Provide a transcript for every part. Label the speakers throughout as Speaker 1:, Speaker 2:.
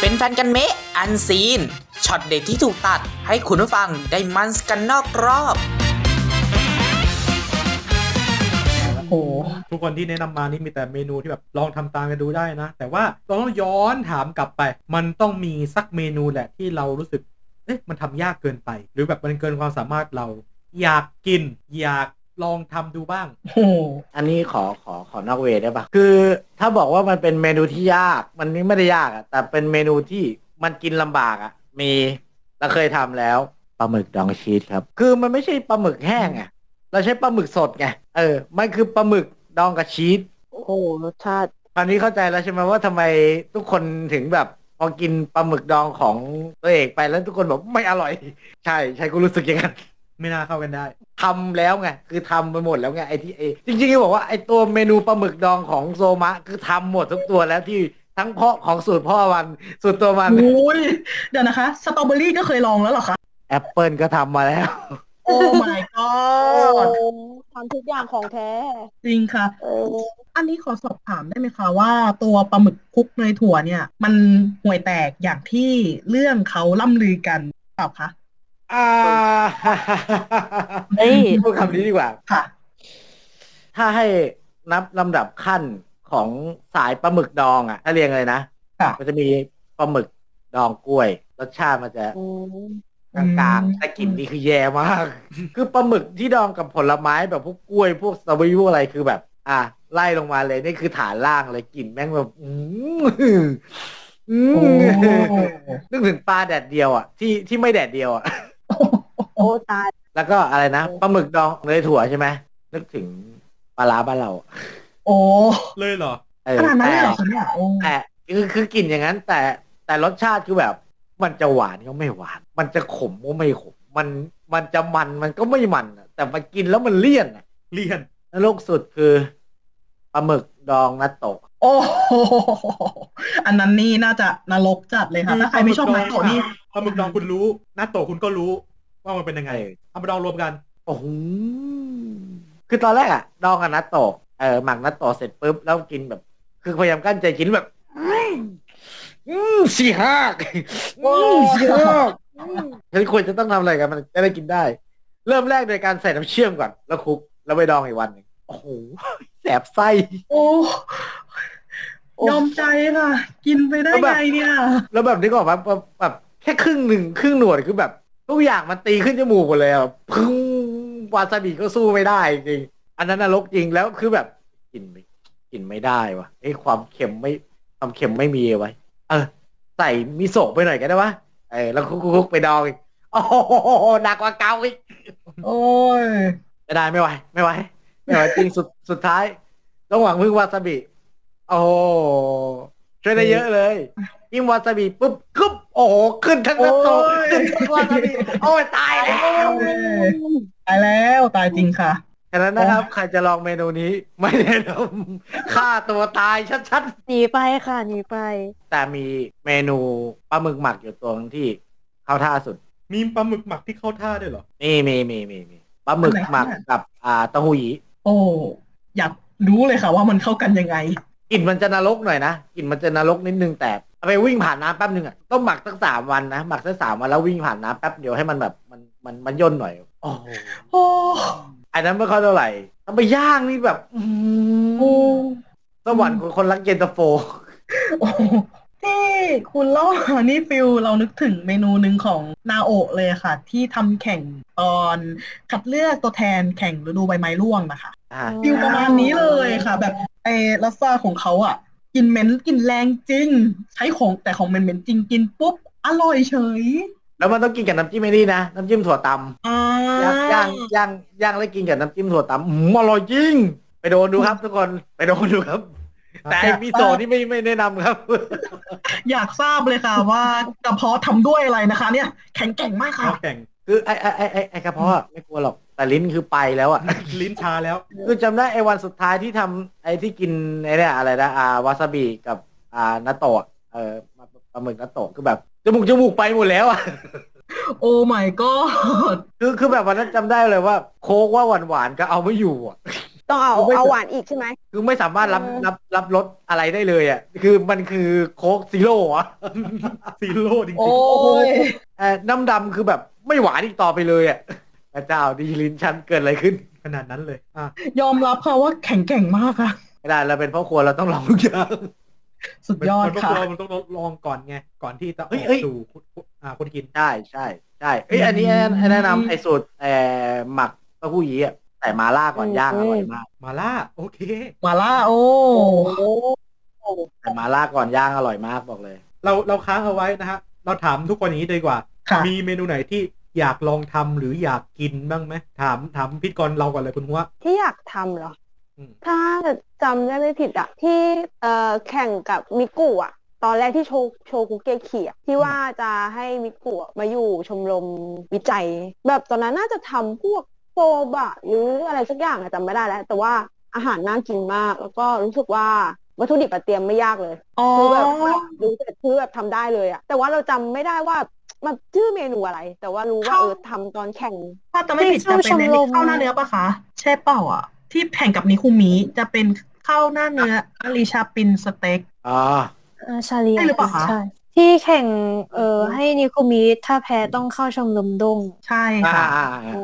Speaker 1: เป็นแฟนกันเมะอันซีนช็อตเด็ดที่ถูกตัดให้คุณผู้ฟังได้มันส์กันนอกรอบ
Speaker 2: โอ้โห
Speaker 3: ทุกคนที่แนะนำมานี่มีแต่เมนูที่แบบลองทำตามกันดูได้นะ แต่ว่าเราต้องย้อนถามกลับไป มันต้องมีสักเมนูแหละที่เรารู้สึกเอ๊ะมันทำยากเกินไป หรือแบบมันเกินความสามารถเรา อยากกิน อยากลองทำดูบ้าง
Speaker 2: โอ้โห
Speaker 4: อันนี้ขอขอขอนอกเวย์ได้ปะคือถ้าบอกว่ามันเป็นเมนูที่ยาก มันไม่ได้ยากอะแต่เป็นเมนูที่มันกินลำบากอะมีเราเคยทำแล้วปลาหมึกดองชีสครับ คือมันไม่ใช่ปลาหมึกแห้งอะเราใช้ปลาหมึกสดไงเออ มันคือปลาหมึกดองกับชีส
Speaker 5: โอ้โหรสชาติ
Speaker 4: ตอนนี้เข้าใจแล้วใช่ไหมว่าทำไมทุกคนถึงแบบพอกินปลาหมึกดองของตัวเอกไปแล้วทุกคนบอกไม่อร่อย ใช่ใช่กูรู้สึกอย่างนั้น
Speaker 3: ไม่น่าเข้ากันได้
Speaker 4: ทำแล้วไงคือทำไปหมดแล้วไงไอที่ไอจริงๆจะบอกว่าไอตัวเมนูปลาหมึกดองของโซมะ คือทำหมดทุกตัวแล้วที่ทั้งเพาะของสูตรพ่อมัน สูตรตัวมัน
Speaker 2: โอ้ยเดี๋ยวนะคะ สตรอเบอรี่ก็เคยลองแล้วเหรอคะ
Speaker 4: แอปเปิลก็ทำมาแล้ว
Speaker 2: โอ้ my
Speaker 5: โอ้
Speaker 2: god
Speaker 5: ทำทุกอย่างของแท้
Speaker 2: จริงค่ะ
Speaker 5: เออ
Speaker 2: อันนี้ขอสอบถามได้ไหมคะว่าตัวปลาหมึกคลุกเนยถั่วเนี่ย มันห่วยแตกอย่างที่เรื่องเขาล่ำลือกันเปล่าคะ
Speaker 4: อ่า
Speaker 5: เฮ้ย
Speaker 4: พูดคำนี้ดีกว่า
Speaker 2: ค่ะ
Speaker 4: ถ้าให้นับลำดับขั้นของสายปลาหมึกดองอ่ะ ถ้าเรียงเลยนะ
Speaker 2: ค่ะ
Speaker 4: มันจะมีปลาหมึกดองกล้วย รสชาติมันจะ
Speaker 5: อืม
Speaker 4: กลางๆแต่กลิ่นนี่คือแย่มาก คือปลาหมึกที่ดองกับผลไม้แบบพวกกล้วยพวกสตรอเบอรี่พวกอะไรคือแบบ อ่ะไล่ลงมาเลยนี่คือฐานล่างเลยกลิ่นแม่งแบบอืมอื
Speaker 2: โอ้
Speaker 4: มนึกถึงปลาแดดเดียวอ่ะที่ที่ไม่แดดเดียวอ่ะ
Speaker 5: โอ้ตาย
Speaker 4: แล้วก็อะไรนะปลาหมึกดองเนยถั่วใช่ไหมนึกถึงปลาร้าบ้านเราอะ
Speaker 2: โอ้
Speaker 3: เลยเหรอ
Speaker 4: เออ
Speaker 2: ขนาดนั้นเลย
Speaker 4: แต่
Speaker 2: เหรอคะเนี่ยโอ้
Speaker 4: แต่คือคือกลิ่นอย่างนั้น แต่แต่รสชาติคือแบบ มันจะหวานก็ไม่หวาน มันจะขมก็ไม่ขม มันมันจะมันมันก็ไม่มันอะแต่มันกินแล้วมันเลี่ยนอะ
Speaker 3: เลี่ยน
Speaker 4: นรกสุดคือปลาหมึกดองนัตโตะ
Speaker 2: โอ้โห อันนั้นนี่น่าจะนรกจัดเลยค่ะถ้าใครไม่ชอบมันโตะนี่
Speaker 3: ปลาหมึกดองคุณรู้ หน้าโตะคุณก็รู้ ว่ามันเป็นยังไง เอามาดองรวมกัน
Speaker 4: โอ้โหคือตอนแรกอะดองกับนัตโตะเออหมักนัตโตะเสร็จปุ๊บแล้วกินแบบ คือพยายามกั้นใจกินแบบ อืมสี่ห้าอืมสี่ห้าฉันควรจะต้องทำอะไรกันมันจะได้กินได้ เริ่มแรกโดยการใส่น้ำเชื่อมก่อน แล้วคลุก แล้วไปดองอีกวันหนึ่งโอ้โหแสบไส้
Speaker 2: โอ้ยอมใจค่ะ กินไปได้ไงเนี่ย
Speaker 4: แล้วแบบนี้ก็แบบว่าแบบแค่ครึ่งหนึ่งครึ่งหนวดคือแบบทุกอย่างมันตีขึ้นจมูกหมดเลยอะพึ่งวาซาบิก็สู้ไม่ได้จริงอันนั้นนรกจริงแล้วคือแบบกินไม่กินไม่ได้วะไอ้ความเค็มไม่ความเค็มไม่มีไว้ เออ ใส่มิโซะไปหน่อยก็ได้วะเออแล้วคุกๆไปดองอีกโอ้โหหนักกว่าเก่าอีก
Speaker 2: โอ้ย
Speaker 4: ไม่ได้ไม่ไหวไม่ไหวไม่ ไหวจริงสุดสุดท้าย ต้องหวังพึ่งวาซาบิโอ้โหช่วยได้เยอะ เลยยิ่งวาซาบิปุ๊บกึ๊บโอ้โหขึ้นทั้งน้ำตก
Speaker 2: โอ้ย
Speaker 4: ขึ้นทั้งวาซ าบิโอ้ยตายแล้ว
Speaker 2: ตายแล้วตายจริงค่ะ
Speaker 4: ฉะนั้นนะครับ ใครจะลองเมนูนี้ ไม่แนะนำ ฆ่าตัวตายชัด
Speaker 5: หนีไปค่ะหนีไป
Speaker 4: ๆ แต่มีเมนูปลาหมึกหมักอยู่ตัวหนึ่งที่เข้าท่าสุด
Speaker 3: มีปลาหมึกหมักที่เข้าท่าด้วยเหรอ
Speaker 4: นี่มีมีมีมีปลาหมึกหมักกับอ่าเต้าหู้ยี้
Speaker 2: โอ้อยากรู้เลยค่ะว่ามันเข้ากันยังไง
Speaker 4: กลิ่นมันจะนรกหน่อยนะกลิ่นมันจะนรกนิดนึงแต่เอาไปวิ่งผ่านน้ำแป๊บนึงอ่ะต้องหมักตั้งสามวันนะหมักตั้งสามวันแล้ววิ่งผ่านน้ำแป๊บเดียวให้มันแบบมันมันมันย่นหน่อยโอ้โห
Speaker 2: โอ้
Speaker 4: อันนั้นไม่ค่อยเท่าไหร่เอาไปย่างนี่แบบอื้อ
Speaker 2: โห
Speaker 4: หือสวรรค์ของคนรักเย็นตาโฟ
Speaker 2: โอ้โหที่คุณเล่ามา นี่ฟิลเรานึกถึงเมนูหนึ่งของนาโอะเลยค่ะ ที่ทำแข่งตอนคัดเลือกตัวแทนแข่งฤดูใบไม้ร่วงนะคะ
Speaker 4: อ่า
Speaker 5: อื
Speaker 2: ฟิลประมาณนี้เลยค่ะ แบบไอ้ลัสซาของเขาอ่ะกลินเหม็นกลินแรงจริง ใช้ของแต่ของเหม็นๆจริงกินปุ๊บอร่อยเฉย
Speaker 4: แล้วมันต้องกินกับน้ำจิ้มไอ้นี่นะน้ำจิ้มถั่วต
Speaker 2: อ่า
Speaker 4: ำย่างย่างย่างย่างแล้วกินกับน้ำจิ้มถั่วตำอื้อหืออร่อยจริง ไปโดนดูครับทุกคนไปโดนดูครับ แต่ไอ้มิโซะนี่ไม่ไม่แนะนำครับ
Speaker 2: อยากทราบเลยค่ะ ว่ากระเพาะทำด้วยอะไรนะคะ เนี่ยแข็งแกร่งมากค่ะ
Speaker 3: ข้าวแข่ง
Speaker 4: คือไอ้ไอ้ไอ้ไอ้ไอ้กระเพาะอะไม่กลัวหรอกแต่ลิ้นคือไปแล้วอ่ะ
Speaker 3: ลิ้นชาแล้ว
Speaker 4: คือจำได้ไอ้วันสุดท้ายที่ทำไอ้ที่กินไอ้เนี่ยอะไรนะอ่าวาซาบิกับอ่านาโตะเออปลาหมึกนาโตะคือแบบจมูกจมูกไปหมดแล้วอ่ะ
Speaker 2: โอ้ my god
Speaker 4: คือคือแบบวันนั้นจำได้เลยว่า โค้กว่าหวานๆก็เอาไม่อยู่อ่ะ
Speaker 5: ต้องเอา
Speaker 4: ผมไม่
Speaker 5: เอาหวานอีกใช่ไหม
Speaker 4: คือไม่สามารถรับ
Speaker 5: เออ
Speaker 4: รับรับรสอะไรได้เลยอ่ะคือมันคือโค้กซีโร่อะ
Speaker 3: ซีโร่จริง
Speaker 2: โอ้
Speaker 3: ๆ
Speaker 2: ย
Speaker 4: เอ่อน้ำดำคือแบบไม่หวานอีกต่อไปเลยอ่ะ พระเจ้าดีลินฉันเกิดอะไรขึ้น
Speaker 3: ขนาดนั้นเลยอ่ะ
Speaker 2: ยอมรับค่ะว่าแข็งแกร่งมากค่ะ
Speaker 4: ไม่ได้เราเป็นพ่อครัวเราต้องลองทุกอย่าง
Speaker 2: สุดยอด
Speaker 3: มันต้อง
Speaker 2: ค่ะ
Speaker 3: ลองมันต้องลองก่อนไง ก่อนที่จะ
Speaker 4: เอ้ยเอ้ย
Speaker 3: สู่คุณอ่าคนกิน
Speaker 4: ใช่ใช่ใช่เอ้ยอันนี้แนะ
Speaker 2: อืม
Speaker 4: แนะนำไอ้สูตรเอ่อหมักเต้าหู้ยี้อะแต่มาล่าก่อนย่างอร่อยมาก
Speaker 3: มาล่า โอเค
Speaker 2: มาล่าโอ้
Speaker 5: โอ้
Speaker 4: แต่มาล่าก่อนย่างอร่อยมากบอกเลย
Speaker 3: เราเราค้างเอาไว้นะฮะ เราถามทุกคนอย่างนี้ดีกว่า
Speaker 2: ค่ะ
Speaker 3: มีเมนูไหนที่อยากลองทำหรืออยากกินบ้างไหมถามถามพิธีกรเราก่อนเลยคุณหัว
Speaker 5: ที่อยากทำเหรอ
Speaker 3: อืม
Speaker 5: ถ้าจำได้ไม่ผิดอะที่เอ่อแข่งกับมิกุอะตอนแรกที่โชว์โชว์กุเกเขียที่ว่าจะให้มิกุอะมาอยู่ชมรมวิจัย แบบตอนนั้นน่าจะทำพวกโซบะหรืออะไรสักอย่างอะจำไม่ได้แล้ว แต่ว่าอาหารน่ากินมาก แล้วก็รู้สึกว่าวัตถุดิบอะเตรียมไม่ยากเลย
Speaker 2: อ๋อ
Speaker 5: คือแบบรู้แต่คือแบบทำได้เลยอะแต่ว่าเราจำไม่ได้ว่ามันชื่อเมนูอะไร แต่ว่ารู้ว่า
Speaker 2: ข้าว
Speaker 5: เออทำตอนแข่ง
Speaker 2: ถ้าจะไม่ผิดจะเป็น
Speaker 5: ใน
Speaker 2: ใน
Speaker 5: ช่วงชมรม
Speaker 2: ข้าวหน้าเนื้อปะคะ ใช่เปล่าอ่ะ ที่แข่งกับนิคุมิจะเป็นข้าวหน้าเนื้ออาริชาปินสเต็ก
Speaker 4: อ่า
Speaker 6: เออชาเลีย
Speaker 2: ใช่หรือเปล่าคะ
Speaker 6: ใช่ที่แข่งเออให้นิโคมีถ้าแพ้ต้องเข้าชมรมดง
Speaker 2: ใช่
Speaker 4: อ่า
Speaker 2: ค่ะ
Speaker 4: อ่า
Speaker 5: เอ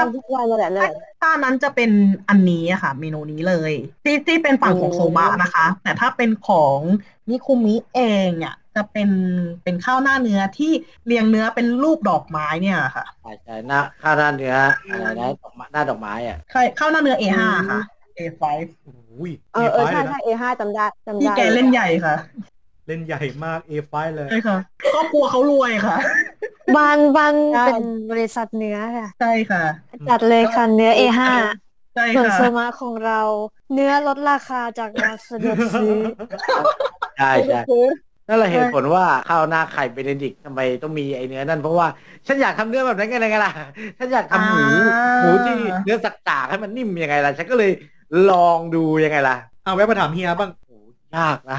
Speaker 5: อเราเราทุกวันมาแหละเลย
Speaker 2: ถ้านั้นจะเป็นอันนี้อะค่ะ เมนูนี้เลย ที่ที่เป็นฝั่งของ
Speaker 5: โอ้
Speaker 2: โซบะนะคะ แต่ถ้าเป็นของนิคุมิเองเนี่ยจะเป็นเป็นข้าวหน้าเนื้อที่เรียงเนื้อเป็นรูปดอกไม้เนี่ยค่ะ
Speaker 4: ใช่ใช่หน้าข้าวหน้าเนื้ออะไรนะดอกไม้หน้าดอกไม้อ่ะ
Speaker 2: ใช่ข้าวหน้าเนื้อ A5 ค่ะ A5
Speaker 3: อุ้ย
Speaker 5: เออเออ
Speaker 3: A5
Speaker 5: ใช่
Speaker 3: เลย
Speaker 5: ใช่
Speaker 3: นะ
Speaker 5: A5 จำได้จำ
Speaker 2: ที่
Speaker 5: ได้
Speaker 2: แกเล่นใหญ่ค่ะ
Speaker 3: เล่นใหญ่มาก A5 เลย
Speaker 2: ใช่ค่ะครอบครัวเขารวยค่ะ
Speaker 6: บานบาน
Speaker 2: ใช่
Speaker 6: เป็นบริษัทเนื้อค่ะ
Speaker 2: ใช่ค่ะ
Speaker 6: จัดเลยค่ะเนื้อ A5
Speaker 2: ใช่
Speaker 6: ส่วน
Speaker 2: ค่ะ
Speaker 6: โซมาของเรา เนื้อลดราคาจากร้านสะดวกซื้อ
Speaker 4: ใช่ใช่
Speaker 5: คือ
Speaker 4: นั่นแหละเหตุผลว่าข้าวหน้าไข่เบเนดิกต์ทำไมต้องมีไอเนื้อนั่นเพราะว่าฉันอยากทำเนื้อแบบนั้นไงไงล่ะฉันอยากทำหมู
Speaker 2: อ่า
Speaker 4: หมูที่เนื้อสักจากๆให้มันนิ่มยังไงล่ะฉันก็เลยลองดูยังไงล่ะ
Speaker 3: เอาแวะมาถามเฮียบ้าง
Speaker 4: โอ้ยากนะ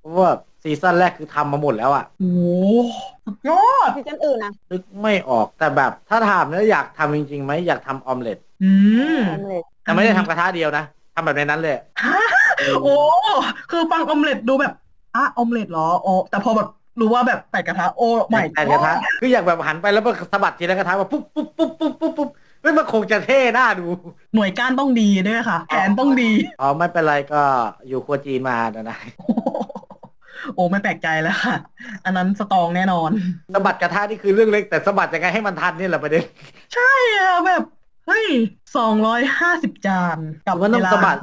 Speaker 4: เพราะว่าซีซั่นแรกคือทำมาหมดแล้วอ่ะ
Speaker 2: โอ้โหสุดยอด
Speaker 5: ซีซั่นอื่นนะ
Speaker 4: นึกไม่ออกแต่แบบถ้าถามแล้วอยากทำจริงๆไหมอยากทำออมเล็ต
Speaker 2: อืม
Speaker 5: ทำเลย
Speaker 4: แต่ไม่ได้ทำกระทะเดียวนะทำแบบในนั้นเลย
Speaker 2: ฮะ โอ้ คือฟังออมเล็ตดูแบบอ่ะออมเล็ตเหรอ โอ้ แต่พอแบบรู้ว่าแบบใส่กระทะ โอ้ใหม่
Speaker 4: แต่กระทะคืออยากแบบหันไปแล้วมันสะบัดทีละกระทะมาปุ๊บปุ๊บปุ๊บปุ๊บปุ๊บปุ๊บเฮ้ยมันคงจะเท่น่าดู
Speaker 2: หน่วยก้านต้องดีด้วยค่ะ แผนต้องดี
Speaker 4: อ๋อไม่เป็นไรก็อยู่ครัวจีนมานะนะ
Speaker 2: โอ้ ไม่แปลกใจแล้วค่ะ อันนั้นสตรองแน่นอน
Speaker 4: สะบัดกระทะนี่คือเรื่องเล็กแต่สะบัดยังไงให้มันทันนี่แหละประเด็น
Speaker 2: ใช่อะแบบ เฮ้ยสองร้อยห้าสิบจานกับ
Speaker 4: มันต้อง
Speaker 2: เวลา
Speaker 4: สะบัด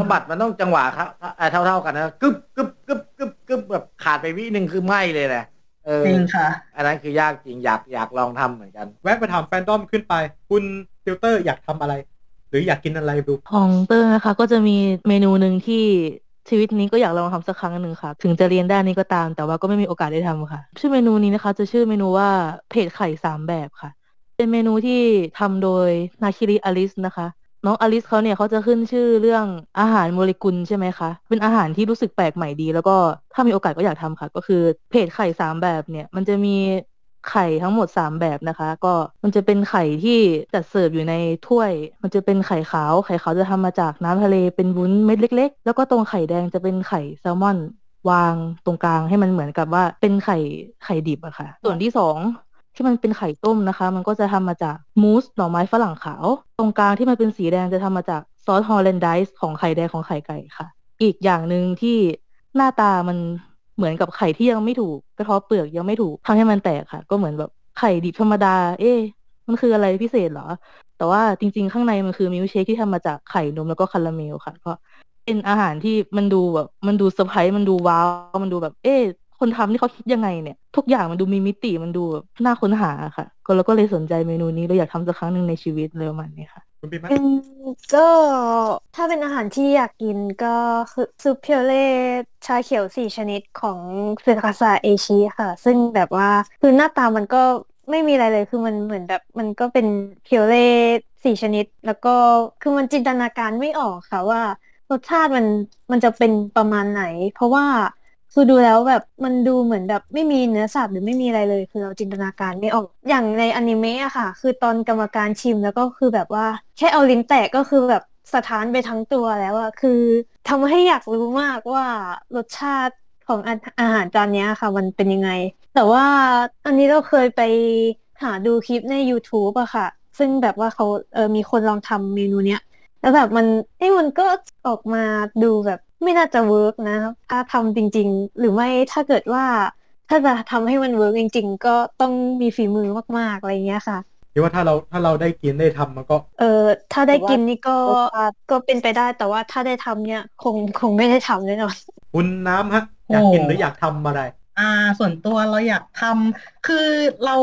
Speaker 4: สะบัดมันต้องจังหวะครับเอ่อเท่าๆกันนะกึบกึบกึบกึบกึบแบบขาดไปวิหนึ่งคือไหมเลยนะเออ
Speaker 2: จริงค่ะ
Speaker 4: อันนั้นคือยากจริงอยากอยากลองทำเหมือนกัน
Speaker 3: แวะมาถามแฟนดอมขึ้นไป คุณติวเตอร์อยากทำอะไร หรืออยากกินอะไรดู
Speaker 7: ของเติ้งนะคะก็จะมีเมนูหนึ่งที่ชีวิตนี้ก็อยากลองทำสักครั้งหนึ่งค่ะ ถึงจะเรียนด้านนี้ก็ตาม แต่ว่าก็ไม่มีโอกาสได้ทำค่ะ ชื่อเมนูนี้นะคะ จะชื่อเมนูว่าเพจไข่สามแบบค่ะ เป็นเมนูที่ทำโดยนาคิริอลิสนะคะ น้องอลิสเขาเนี่ยเขาจะขึ้นชื่อเรื่องอาหารโมเลกุลใช่ไหมคะ เป็นอาหารที่รู้สึกแปลกใหม่ดี แล้วก็ถ้ามีโอกาสก็อยากทำค่ะ ก็คือเพจไข่สามแบบเนี่ย มันจะมีไข่ทั้งหมดสามแบบนะคะ ก็มันจะเป็นไข่ที่จัดเสิร์ฟอยู่ในถ้วย มันจะเป็นไข่ขาว ไข่ขาวจะทำมาจากน้ำทะเลเป็นวุ้นเม็ดเล็ก ๆ แล้วก็ตรงไข่แดงจะเป็นไข่แซลมอน วางตรงกลางให้มันเหมือนกับว่าเป็นไข่ไข่ดิบอะค่ะ ส่วนที่สอง ที่มันเป็นไข่ต้มนะคะ มันก็จะทำมาจากมูสหน่อไม้ฝรั่งขาว ตรงกลางที่มันเป็นสีแดงจะทำมาจากซอสฮอลแลนไดส์ของไข่แดงของไข่ไก่ค่ะ อีกอย่างหนึ่งที่หน้าตามันเหมือนกับไข่ที่ยังไม่ถูกกระเทาะเปลือกยังไม่ถูกทำให้มันแตกค่ะ ก็เหมือนแบบไข่ดิบธรรมดา เอ๊ะมันคืออะไรพิเศษเหรอ แต่ว่าจริงๆ ข้างในมันคือมิลค์เชคที่ทำมาจากไข่นมแล้วก็คาราเมลค่ะก็เป็นอาหารที่มันดูแบบมันดูเซอร์ไพรส์มันดูว้าว มันดูแบบ เอ๊ะคนทำนี่เขาคิดยังไงเนี่ย ทุกอย่างมันดูมีมิติมันดูแบบน่าค้นหาค่ะ ก็เราก็เลยสนใจเมนูนี้เราอยากทำสักครั้งหนึ่งในชีวิตเลยประมันนี้ค่ะ
Speaker 3: คุณปีไหม
Speaker 6: อืมก็ถ้าเป็นอาหารที่อยากกินก็คือซุปเพียวเล่ชาเขียวสี่ชนิดของเซคาซาเอชิค่ะ ซึ่งแบบว่าคือหน้าตามันก็ไม่มีอะไรเลยคือมันเหมือนแบบ มันก็เป็นเพียวเล่สี่ชนิด แล้วก็คือมันจินตนาการไม่ออกค่ะว่ารสชาติมันมันจะเป็นประมาณไหน เพราะว่าคือดูแล้วแบบมันดูเหมือนแบบไม่มีเนื้อสัตว์หรือไม่มีอะไรเลย คือเราจินตนาการไม่ออกอย่างในอนิเมะอะค่ะ คือตอนกรรมการชิมแล้วก็คือแบบว่าแค่เอาลิ้นแตะก็คือแบบ สะท้านไปทั้งตัวแล้วอะคือทำให้อยากรู้มากว่ารสชาติของอาอาหารจานเนี้ยค่ะ มันเป็นยังไง แต่ว่าอันนี้เราเคยไปหาดูคลิปใน YouTube อะค่ะ ซึ่งแบบว่าเขาเออมีคนลองทำเมนูเนี้ย แล้วแบบมันเอ้ยมันก็ออกมาดูแบบไม่น่าจะเวิร์กนะถ้าทำจริง ๆ หรือไม่ถ้าเกิดว่า ถ้าจะทำให้มันเวิร์กจริง ๆ ก็ต้องมีฝีมือมากๆอะไรอย่างเงี้ยค่ะ
Speaker 3: เดี๋ยวว่าถ้าเราถ้าเราได้กินได้ทำมันก็
Speaker 6: เออถ้าได้กินนี่ก็
Speaker 5: แต่ว่ารสชาติ
Speaker 6: ก็เป็นไปได้แต่ว่าถ้าได้ทำเนี่ยคงคงไม่ได้ทำแน่นอน
Speaker 3: คุณน้ำฮะ อยากกินหรืออยากทำอะไร
Speaker 2: อ่าส่วนตัวเราอยากทำคือเรา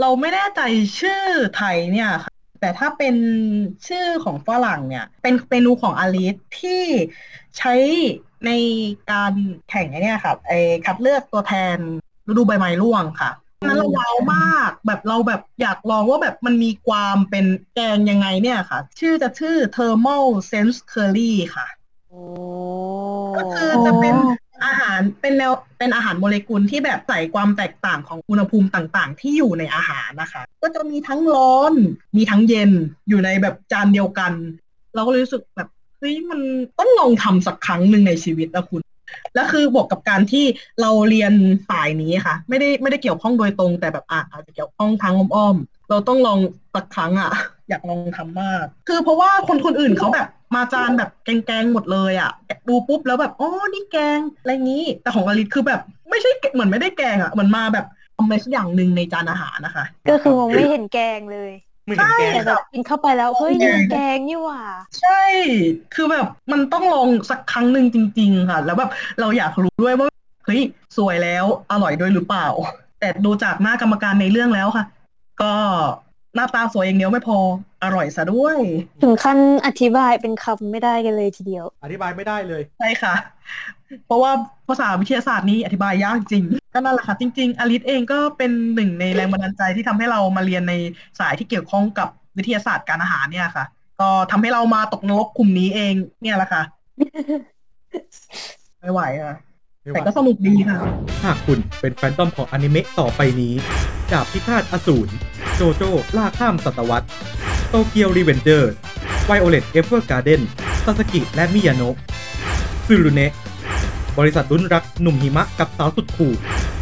Speaker 2: เราไม่แน่ใจชื่อไทยเนี่ยค่ะแต่ถ้าเป็นชื่อของฝรั่งเนี่ย เป็นเมนูของอลิสที่ใช้ในการแข่งไอ้เนี่ยครับไอ้คัดเลือกตัวแทนฤดูใบไม้ร่วงค่ะนั้นเราว้าวมากแบบเราแบบอยากลองว่าแบบมันมีความเป็นแกงยังไงเนี่ยค่ะ ชื่อจะชื่อ thermal sense curry ค่ะ
Speaker 5: โอ้
Speaker 2: ก็คือจะเป็นอาหารเป็นแนวเป็นอาหารโมเลกุลที่แบบใส่ความแตกต่างของอุณหภูมิต่างๆ ที่อยู่ในอาหารนะคะ ก็จะมีทั้งร้อน มีทั้งเย็นอยู่ในแบบจานเดียวกัน เราก็เลยรู้สึกแบบเฮ้ยมันต้องลองทำสักครั้งหนึ่งในชีวิตนะคุณ แล้วคือบวกกับการที่เราเรียนสายนี้ค่ะ ไม่ได้ไม่ได้เกี่ยวข้องโดยตรงแต่แบบอ่ะอาจจะเกี่ยวข้องทางอ้อมๆเราต้องลองสักครั้งอ่ะ อยากลองทำมาก คือเพราะว่าคนคนอื่นเขาแบบมาจานแบบแกงๆหมดเลยอ่ะดูปุ๊บแล้วแบบอ๋อนี่แกงอะไรงี้ แต่ของอลิสคือแบบไม่ใช่แกงเหมือนไม่ได้แกงอ่ะเหมือนมาแบบทำอะไรสักอย่างหนึ่งในจานอาหารนะคะ
Speaker 6: ก็คือมองไม่เห็นแกงเลย
Speaker 3: ไม่เห็นแกง
Speaker 6: แต่แบบกินเข้าไปแล้วเฮ้ยนี่มันแกงนี่หว่า
Speaker 2: ใช่ คือแบบมันต้องลองสักครั้งหนึ่งจริง ๆ ค่ะ แล้วแบบเราอยากรู้ด้วยว่าเฮ้ยสวยแล้วอร่อยด้วยหรือเปล่า แต่ดูจากหน้ากรรมการในเรื่องแล้วค่ะ ก็หน้าตาสวยอย่างเดียวไม่พออร่อยซะด้วย
Speaker 6: ถึงขั้นอธิบายเป็นคำไม่ได้กันเลยทีเดียว
Speaker 3: อธิบายไม่ได้เลย
Speaker 2: ใช่ค่ะ เพราะว่าภาษาวิทยาศาสตร์นี้อธิบายยากจริง ก็นั่นแหละค่ะ จริง ๆอลิสเองก็เป็นหนึ่งในแรงบันดาลใจที่ทำให้เรามาเรียนในสายที่เกี่ยวข้องกับวิทยาศาสตร์การอาหารเนี่ยค่ะ ก็ทำให้เรามาตกนรกกลุ่มนี้เองเนี่ยแห ละค่ะ ไม่ไหวอ่ะ แต่ก็สนุกดีค่ะ
Speaker 3: ถ้าคุณเป็นแฟนตอมของอนิเมะต่อไปนี้ ดาบพิฆาตอสูร โจโจ้ล่าข้ามศตวรรษ โตเกียวรีเวนเจอร์ไวโอเลตเอเวอร์การ์เดนซาสกิ และมิยาโนะซูรุเนะบริษัทรุ่นรักหนุ่มหิมะกับสาวสุดคู่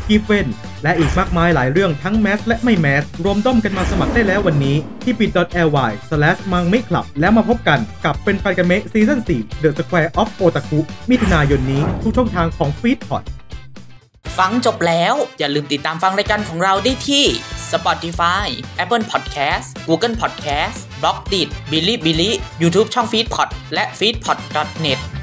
Speaker 3: กีเฟน และอีกมากมายหลายเรื่องทั้งแมสและไม่แมส รวมด้อมกันมาสมัครได้แล้ววันนี้ ที่ bit.ly/mangmeclub แล้วมาพบกันกับเป็นแฟนกันเมะซีซั่น4 The Square of Otaku มิถุนายนนี้ทุกช่องทางของฟีดพอด
Speaker 1: ฟังจบแล้วอย่าลืมติดตามฟังรายการของเราได้ที่ Spotify Apple Podcast Google Podcast b l o g d i t b i l i b i l i YouTube ช่อง f e e d p o d และ f e e d p o d n e t